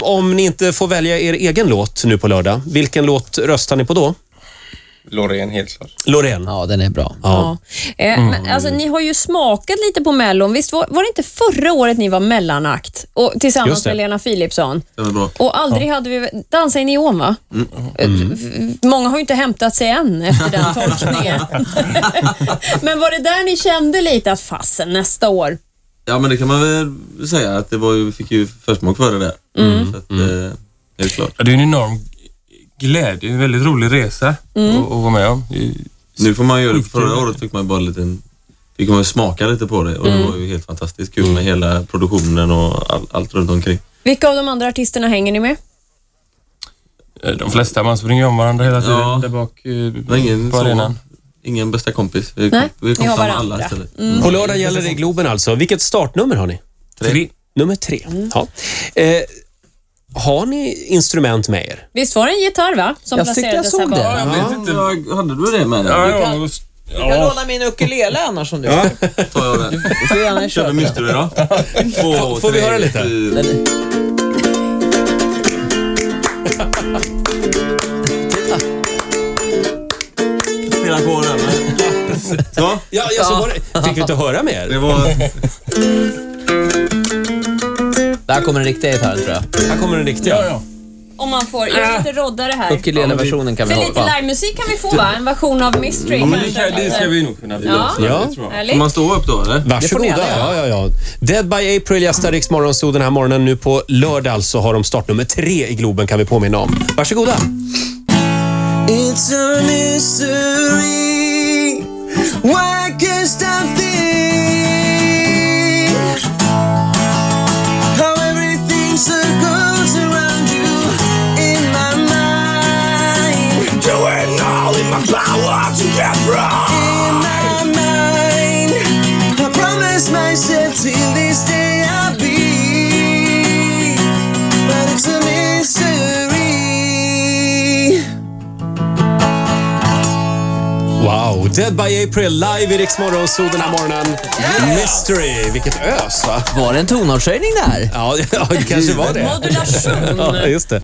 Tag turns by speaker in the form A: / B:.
A: om ni inte får välja er egen låt nu på lördag, vilken låt röstar ni på då?
B: Loreen, helt klart.
A: Loreen?
C: Ja, den är bra.
A: Ja.
D: Ja. Eh,
E: Mm.
D: men, alltså, ni har ju smakat lite på Mellon. Visst var, var det inte förra året ni var mellanakt och,
A: Just
D: tillsammans
A: det.
D: med Lena Philipsson?
F: Det var bra.
D: Och aldrig hade vi... Dansa i neon, va?
E: Mm.
D: Eh, Många har ju inte hämtat sig än efter den tolkningen. Men var det där ni kände lite att fasen, nästa år?
F: Ja, men det kan man väl säga att det var ju, vi fick ju försmak för det där.
D: Mm.
F: Så att, eh, det är klart.
E: Ja, det är en enorm glädje, en väldigt rolig resa
F: Mm.
E: att, att vara med om.
F: Nu får man ju göra det. Förra året fick man bara en liten... Fick man ju smaka lite på det och
D: Mm.
F: det var ju helt fantastiskt kul med hela produktionen och all, allt runt omkring.
D: Vilka av de andra artisterna hänger ni med?
E: eh, De flesta, man springer om varandra hela tiden
F: Ja.
E: där bak
F: Det var
E: eh,
F: ingen,
E: på arenan.
F: så, ingen bästa kompis. Vi kom,
D: Nej,
F: vi kom
D: ni har
F: samman
D: varandra. Mm.
F: alla istället.
A: På lördag gäller det Globen alltså. Vilket startnummer har ni?
E: Tre.
A: Nummer tre.
C: Mm.
A: Ja. Eh, har ni instrument med er?
D: Visst var det en gitarr, va? Som
C: Jag tyckte jag
D: placerades här
C: såg
D: bak?
C: det.
E: Jag vet inte.
F: Ja, jag- hade du det med dig?
E: Ja, ja, och-
C: Du kan
E: ja.
C: låna min ukulele annars om du vill.
F: Tar jag den.
C: Du får gärna
F: Kör
C: köpa.
F: vi Mystery då. Två,
A: får vi
F: tre,
A: höra lite?
F: fyra.
C: Den-
F: Spela på den. Så,
A: Ja, ja, så var det. Fick vi inte höra
F: det
A: mer?
F: var...
C: Där kommer den riktiga gitarren tror jag.
A: Här kommer den riktiga.
D: Om man får... Jag lite roddare här.
C: Ukulele-versionen kan vi
D: Men lite
C: hoppa.
D: livemusik kan vi få, va? En version av Mystery.
E: Ja, men det,
D: kanske,
E: kan, det ska
D: eller?
E: vi nog kunna
D: Ja.
E: lösa.
A: Ja.
E: det tror jag.
F: Får
D: Härligt.
F: man stå upp då eller?
A: Varsågoda.
C: Det får ni
A: Ja,
C: gärna
A: ja, ja. Dead by April gästar Rix Morgonzoo den här morgonen. Nu på lördag alltså har de startnummer tre i Globen kan vi påminna om. Varsågoda.
G: It's a mystery. Why can't stop think How everything circles around you in my mind. Doing all in my power to get wrong. In my mind. I promise myself till this day I'll be. But it's a mystery.
A: Wow. Dead by April live i Rix Morgonzoo den här morgonen. Mystery. Vilket ös, va?
C: Var det en tonartshöjning där?
A: Ja, ja det kanske var det.
D: Modulation.
A: Ja, just det.